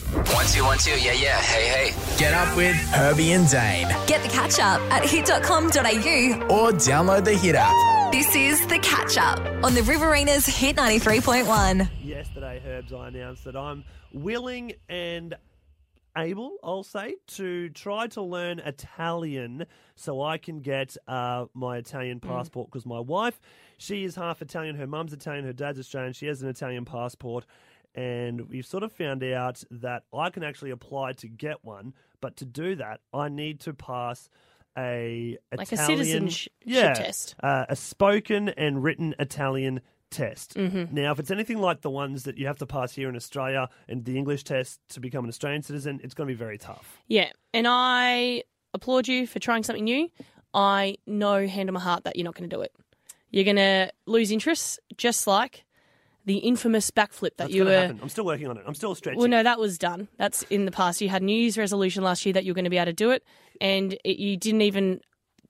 One two one two. Yeah yeah. Hey hey. Get up with Herbie and Dane Get the catch up at hit.com.au. or download the Hit app. This is the catch up on the Riverina's Hit 93.1. yesterday, Herbs, I announced that I'm willing and able, I'll say, to try to learn Italian so I can get uh, my Italian Mm. passport because my wife, she is half Italian. Her mum's Italian, her dad's Australian. She has an Italian passport. And we've sort of found out that I can actually apply to get one, but to do that, I need to pass a Like a Italian- citizenship test. uh, a spoken and written Italian test. Mm-hmm. Now, if it's anything like the ones that you have to pass here in Australia and the English test to become an Australian citizen, it's going to be very tough. Yeah. And I applaud you for trying something new. I know hand on my heart that you're not going to do it. You're going to lose interest, just like the infamous backflip that That's you going were. to happen. I'm still working on it. I'm still stretching. Well, no, that was done. That's in the past. You had New Year's resolution last year that you were going to be able to do it, and it, you didn't even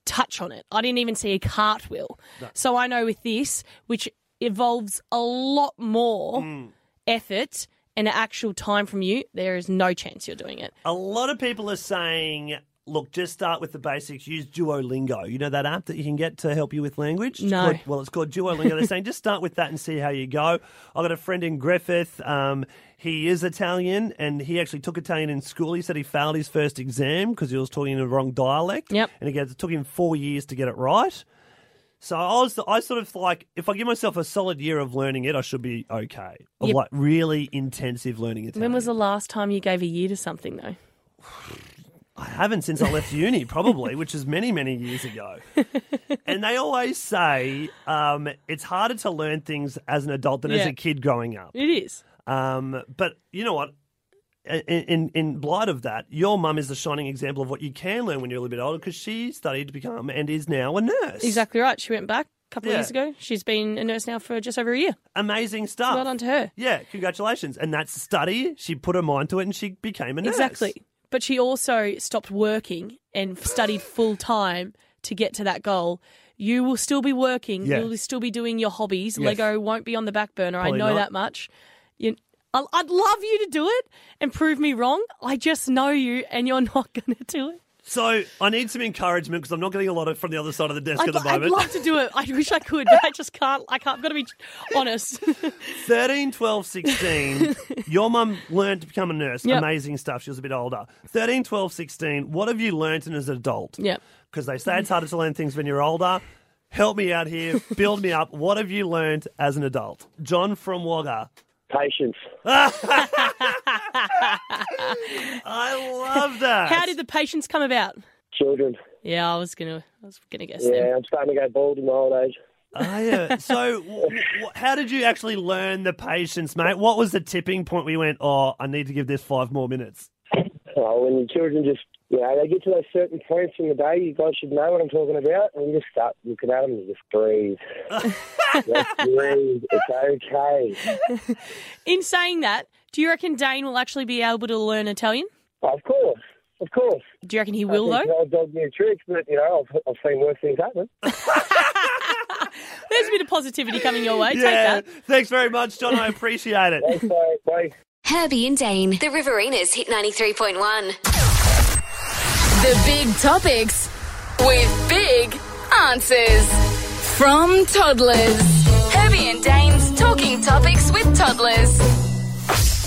touch on it. I didn't even see a cartwheel. So I know with this, which involves a lot more Mm. effort and actual time from you, there is no chance you're doing it. A lot of people are saying, look, just start with the basics. Use Duolingo. You know that app that you can get to help you with language? It's No. called- well, it's called Duolingo. They're saying just start with that and see how you go. I've got a friend in Griffith. Um, he is Italian and he actually took Italian in school. He said he failed his first exam because he was talking in the wrong dialect. Yep. And again, it took him four years to get it right. So I was, I sort of like, if I give myself a solid year of learning it, I should be okay. Of Yep. Like really intensive learning Italian. When was the last time you gave a year to something, though? I haven't since I left uni, probably, which is many, many years ago. and they always say um, it's harder to learn things as an adult than as Yeah. a kid growing up. It is. Um, but you know what? In, in, in light of that, your mum is the shining example of what you can learn when you're a little bit older because she studied to become and is now a nurse. Exactly right. She went back a couple Yeah. Ah. of years ago. She's been a nurse now for just over a year. Amazing stuff. Well done to her. yeah, congratulations. And that's study. She put her mind to it and she became a nurse. Exactly. But she also stopped working and studied full time to get to that goal. You will still be working. Yeah. You'll still be doing your hobbies. Lego won't be on the back burner. Probably I know not. that much. You, I- I'd love you to do it and prove me wrong. I just know you, and you're not going to do it. So I need some encouragement because I'm not getting a lot of from the other side of the desk I'd, at the I'd moment. love to do it. I wish I could, but I just can't. I can't. I've got to be honest. 13, 12, 16, your mum learned to become a nurse. Yep. Amazing stuff. She was a bit older. 13, 12, 16, what have you learnt as an adult? Yep. Because they say it's harder to learn things when you're older. Help me out here. Build me up. What have you learnt as an adult? John from Wagga. Patience. I love that. How did the patients come about? Children. Yeah, I was gonna. I was gonna guess. them. Yeah, I'm starting to go bald in my old age. Oh, yeah. So, w- w- how did you actually learn the patience, mate? What was the tipping point where you went, oh, I need to give this five more minutes? Oh, when your children just, you know, they get to those certain points in the day, you guys should know what I'm talking about, and you just start looking at them and just breathe. just breathe. It's okay. In saying that, do you reckon Dane will actually be able to learn Italian? Of course. Of course. Do you reckon he will I think though? old dog new tricks, but, you know, I've, I've seen worse things happen. There's a bit of positivity coming your way. yeah. Take that. Thanks very much, John. I appreciate it. Thanks, mate. Bye. Herbie and Dane. The Riverina's Hit 93.1. The big topics with big answers from toddlers. Herbie and Dane's talking topics with toddlers.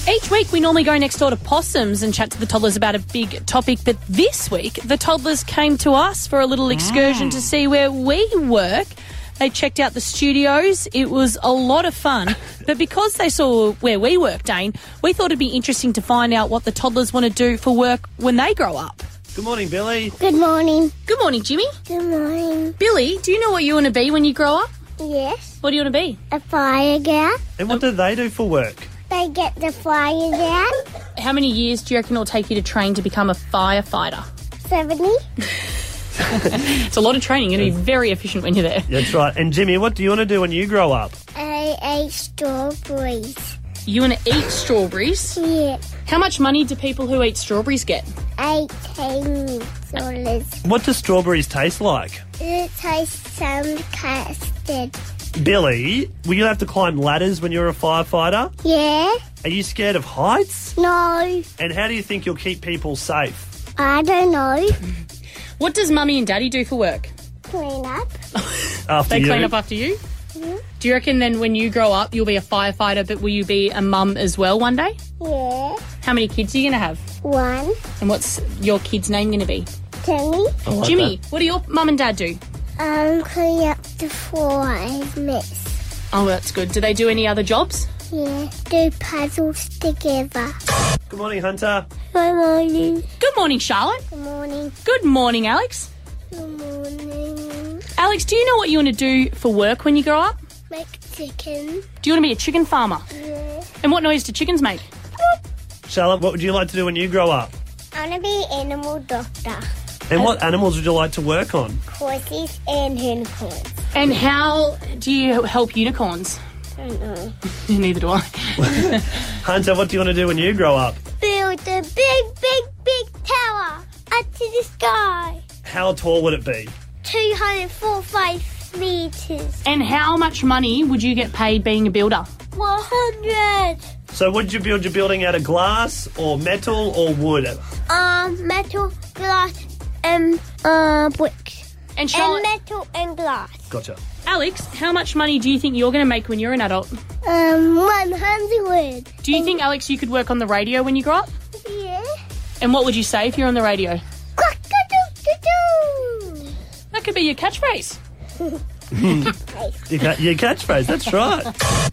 Each week we normally go next door to possums and chat to the toddlers about a big topic, but this week the toddlers came to us for a little excursion to see where we work. They checked out the studios. It was a lot of fun. But because they saw where we work, Dane, we thought it'd be interesting to find out what the toddlers want to do for work when they grow up. Good morning, Billy. Good morning. Good morning, Jimmy. Good morning. Billy, do you know what you want to be when you grow up? Yes. What do you want to be? A fire gas. And what do they do for work? They get the fire gas. How many years do you reckon it'll take you to train to become a firefighter? 70. It's a lot of training. You're going to be very efficient when you're there. That's right. And Jimmy, what do you want to do when you grow up? I ate strawberries. You want to eat strawberries. Yeah. How much money do people who eat strawberries get? Eighteen dollars. What do strawberries taste like? It tastes some custard. Billy, will you have to climb ladders when you're a firefighter? Yeah? Are you scared of heights? No. And how do you think you'll keep people safe? I don't know. What does mummy and daddy do for work? Clean up. After They you? clean up after you? Do you reckon then when you grow up, you'll be a firefighter, but will you be a mum as well one day? Yeah. How many kids are you going to have? One. And what's your kid's name going to be? Timmy. Jimmy, what do your mum and dad do? Um, clean up the floor I've missed. Oh, that's good. Do they do any other jobs? Yeah. Do puzzles together. Good morning, Hunter. Good morning. Good morning, Charlotte. Good morning. Good morning, Alex. Good morning. Alex, do you know what you want to do for work when you grow up? Make chicken. Do you want to be a chicken farmer? Yeah. And what noise do chickens make? Charlotte, what would you like to do when you grow up? I want to be animal doctor. And what animals would you like to work on? Horses and unicorns. And how do you help unicorns? I don't know. Neither do I. Hunter, what do you want to do when you grow up? Build a big, big, big tower up to the sky. How tall would it be? 245 meters. And how much money would you get paid being a builder? 100. So, would you build your building out of glass or metal or wood? Um, metal, glass, and uh, bricks. And And Charlotte, metal and glass. Gotcha. Alex, how much money do you think you're going to make when you're an adult? Um, 100. Do you think, Alex, you could work on the radio when you grow up? Yeah. And what would you say if you're on the radio? Cock-a-doodle-doo. That could be your catchphrase. Your, ca- your catchphrase, that's right.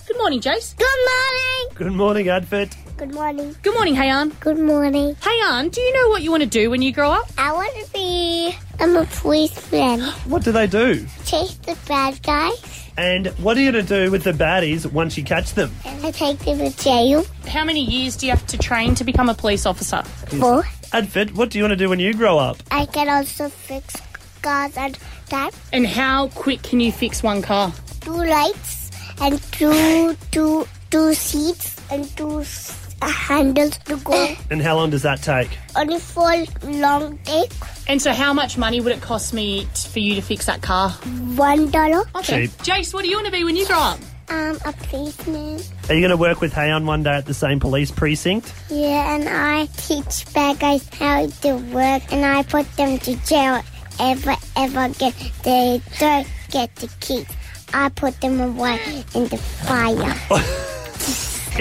Good morning, Jace. Good morning. Good morning, Advent. Good morning. Good morning, Hayan. Good morning. Hayan, do you know what you want to do when you grow up? I want to be. I'm a policeman. What do they do? Chase the bad guys. And what are you going to do with the baddies once you catch them? I take them to jail How many years do you have to train to become a police officer? for. Advent, what do you want to do when you grow up? I can also fix cars and that And how quick can you fix one car? two lights and two two two seats and two s- uh, handles to go. And how long does that take? Only for long take And so, how much money would it cost me t- for you to fix that car? one dollar. Okay. Cheap. Jace, what do you want to be when you grow up? Um, a policeman. Are you going to work with Hayon one day at the same police precinct? Yeah, and I teach bad guys how to work, and I put them to jail. Ever ever get they don't get the keys. I put them away in the fire.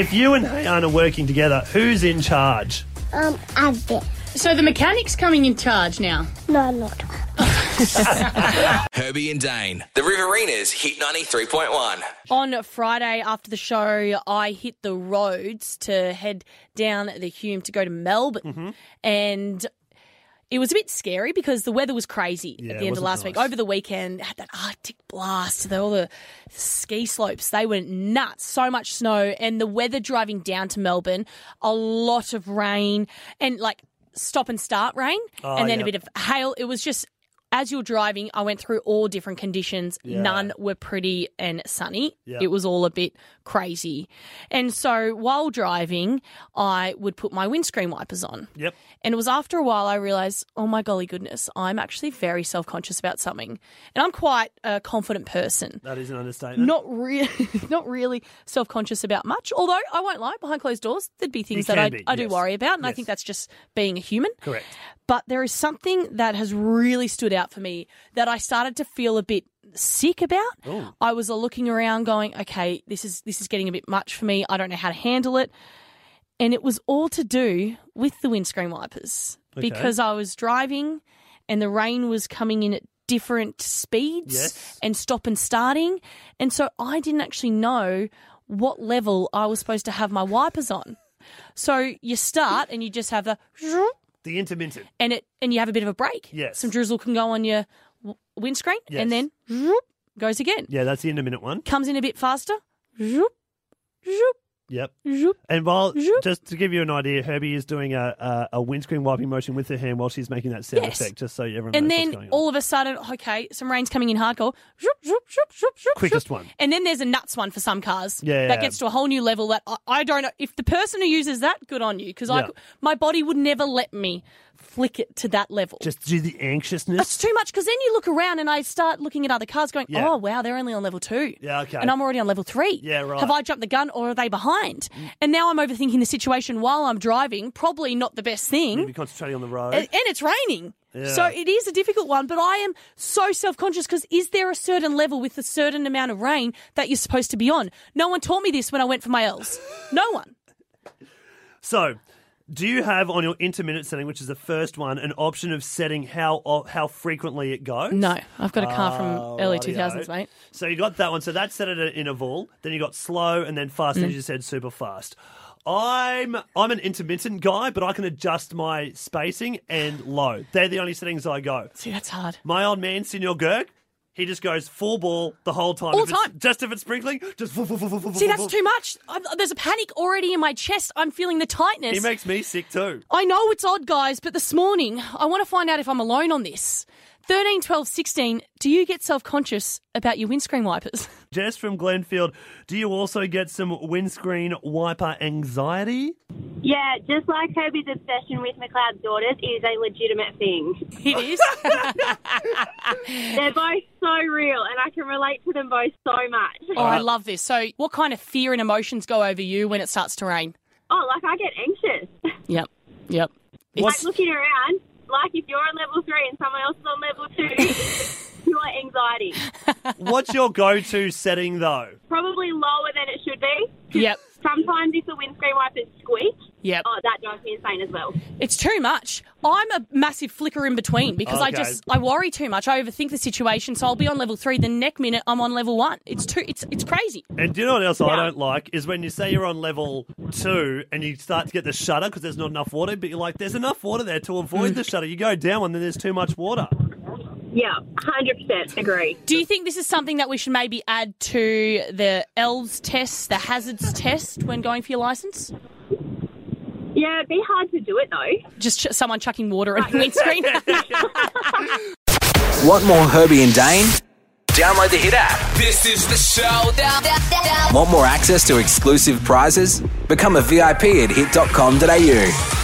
If you and Hayon are working together, who's in charge? Um, I've been. So, the mechanic's coming in charge now. No, not. Herbie and Dane. The Riverinas hit 93.1. On Friday after the show, I hit the roads to head down the Hume to go to Melbourne. And it was a bit scary because the weather was crazy Yeah, at it the end of wasn't last week. nice. Over the weekend, had that Arctic blast, the, all the ski slopes, they went nuts. So much snow. And the weather driving down to Melbourne, a lot of rain and like stop and start rain, and Ah, then yeah. a bit of hail. It was just as you're driving, I went through all different conditions. None were pretty and sunny. It was all a bit crazy. And so while driving, I would put my windscreen wipers on. Yep. And it was after a while I realized, oh my golly goodness, I'm actually very self conscious about something. And I'm quite a confident person. That is an understatement. Not really, not really self-conscious about much. Although I won't lie, behind closed doors, there'd be things You that I, can be, I do yes. worry about, and I Yes. think that's just being a human. Correct. But there is something that has really stood out for me that I started to feel a bit sick about. I was looking around, going, "Okay, this is this is getting a bit much for me. I don't know how to handle it." And it was all to do with the windscreen wipers because I was driving, and the rain was coming in at different speeds Yes. and stop and starting, and so I didn't actually know what level I was supposed to have my wipers on. So you start and you just have the The intermittent. and it and you have a bit of a break. Yes. Some drizzle can go on your w- windscreen Yes. and then goes again. Yeah, that's the intermittent one. Comes in a bit faster. Zoop, zoop, Yep. Zoop. And while Zoop. just to give you an idea, Herbie is doing a, a, a windscreen wiping motion with her hand while she's making that sound Yes. effect, just so everyone knows And what's then going on. all of a sudden, okay, some rain's coming in hardcore. Zoop, zoop, zoop, zoop, zoop, Quickest zoop. one. And then there's a nuts one for some cars. Yeah. That gets to a whole new level that I, I don't know. If the person who uses that, good on you, because Yeah. my body would never let me flick it to that level. just do the That's anxiousness. too much because then you look around and I start looking at other cars going, Yeah. oh, wow, they're only on level two. Yeah, okay. And I'm already on level three. Yeah, right. Mm. Have I jumped the gun or are they behind? And now I'm overthinking the situation while I'm driving. Probably not the best thing. Be concentrating on the road. And, and it's raining. So Yeah. it is a difficult one, but I am so self conscious because is there a certain level with a certain amount of rain that you're supposed to be on? No one taught me this when I went for my L's. No one. So, do you have on your intermittent setting, which is the first one, an option of setting how of how frequently it goes? No, I've got a car from early Rightio. 2000s, mate. So you got that one. So that's set at an interval. Then you got slow, and then fast. Mm. And As you said, super fast. I'm I'm an intermittent guy, but I can adjust my spacing and low. They're the only settings I go. See, that's hard. My old man, Senor Gerg, he just goes full ball the whole time. All If it's- time. Just if it's sprinkling, just full, full, full, full, full, See, full, that's full. too much. I'm, there's a panic already in my chest. I'm feeling the tightness. He makes me sick too. I know it's odd, guys, but this morning I want to find out if I'm alone on this. 13, 12, 16, do you get self conscious about your windscreen wipers? Jess from Glenfield, do you also get some windscreen wiper anxiety? Yeah, just like Herbie's obsession with McLeod's daughters is a legitimate thing. It is. They're both so real, and I can relate to them both so much. oh, I love this. So, what kind of fear and emotions go over you when it starts to rain? Oh, like I get anxious. Yep. Yep. Like looking around, like if you're on level three and someone else is on level two, it's pure anxiety. What's your go-to setting though? Probably lower than it should be. Yep. Sometimes if the windscreen wipers squeak, Yep. oh, that drives me insane as well. It's too much. I'm a massive flicker in between because I Okay. just I worry too much. I overthink the situation, so I'll be on level three. The next minute, I'm on level one. It's too. It's it's crazy. And do you know what else I don't like is when you say you're on level two and you start to get the shudder because there's not enough water, but you're like, there's enough water there to avoid the shudder. You go down one, then there's too much water. Yeah, 100% agree. Do you think this is something that we should maybe add to the elves test, the hazards test when going for your license? Yeah, it'd be hard to do it though. Just ch- someone chucking water at the windscreen. Want more Herbie and Dane? Download the Hit app. This is the showdown. Want more access to exclusive prizes? Become a VIP at hit.com.au.